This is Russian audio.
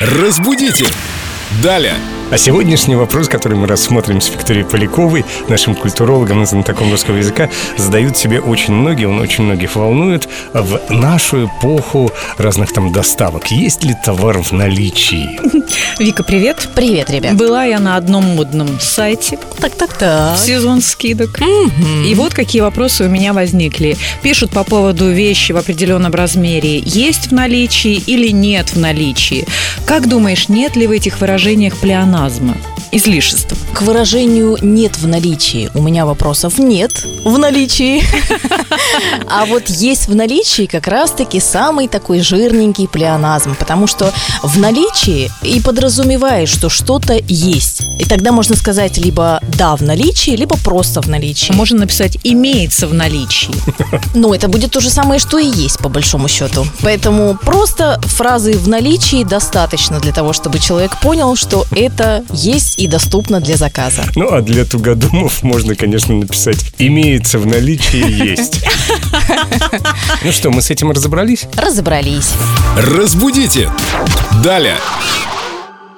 Разбудите! Далее! А сегодняшний вопрос, который мы рассмотрим с Викторией Поляковой, нашим культурологом и знатоком русского языка, задают себе очень многие, он очень многих волнует. В нашу эпоху разных там доставок, есть ли товар в наличии? Вика, привет. Привет, ребят. Была я на одном модном сайте, Так, так, так. сезон скидок. И вот какие вопросы у меня возникли. Пишут по поводу вещи в определенном размере. Есть в наличии или нет в наличии? Как думаешь, нет ли в этих выражениях плеоназма? Излишеств. К выражению «нет в наличии» у меня вопросов нет в наличии. А вот есть в наличии как раз-таки самый такой жирненький плеоназм, потому что в наличии и подразумевает, что что-то есть. И тогда можно сказать либо «да» в наличии, либо «просто в наличии». Можно написать «имеется в наличии». Но это будет то же самое, что и есть, по большому счету. Поэтому просто фразы в наличии достаточно для того, чтобы человек понял, что это есть и доступно для заказа. Ну, а для тугодумов можно, конечно, написать «имеется в наличии есть». Ну что, мы с этим разобрались? Разобрались. Разбудите! Далее!